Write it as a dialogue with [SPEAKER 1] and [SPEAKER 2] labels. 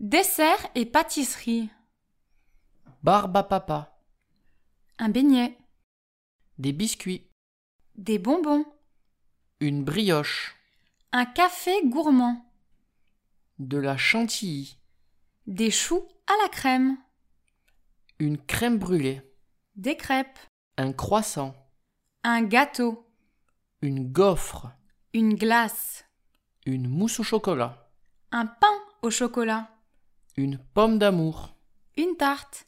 [SPEAKER 1] Dessert et pâtisserie.
[SPEAKER 2] Barbe à papa.
[SPEAKER 1] Un beignet.
[SPEAKER 2] Des biscuits.
[SPEAKER 1] Des bonbons.
[SPEAKER 2] Une brioche.
[SPEAKER 1] Un café gourmand.
[SPEAKER 2] De la chantilly.
[SPEAKER 1] Des choux à la crème.
[SPEAKER 2] Une crème brûlée.
[SPEAKER 1] Des crêpes.
[SPEAKER 2] Un croissant.
[SPEAKER 1] Un gâteau.
[SPEAKER 2] Une gaufre.
[SPEAKER 1] Une glace.
[SPEAKER 2] Une mousse au chocolat.
[SPEAKER 1] Un pain au chocolat.
[SPEAKER 2] Une pomme d'amour.
[SPEAKER 1] Une tarte.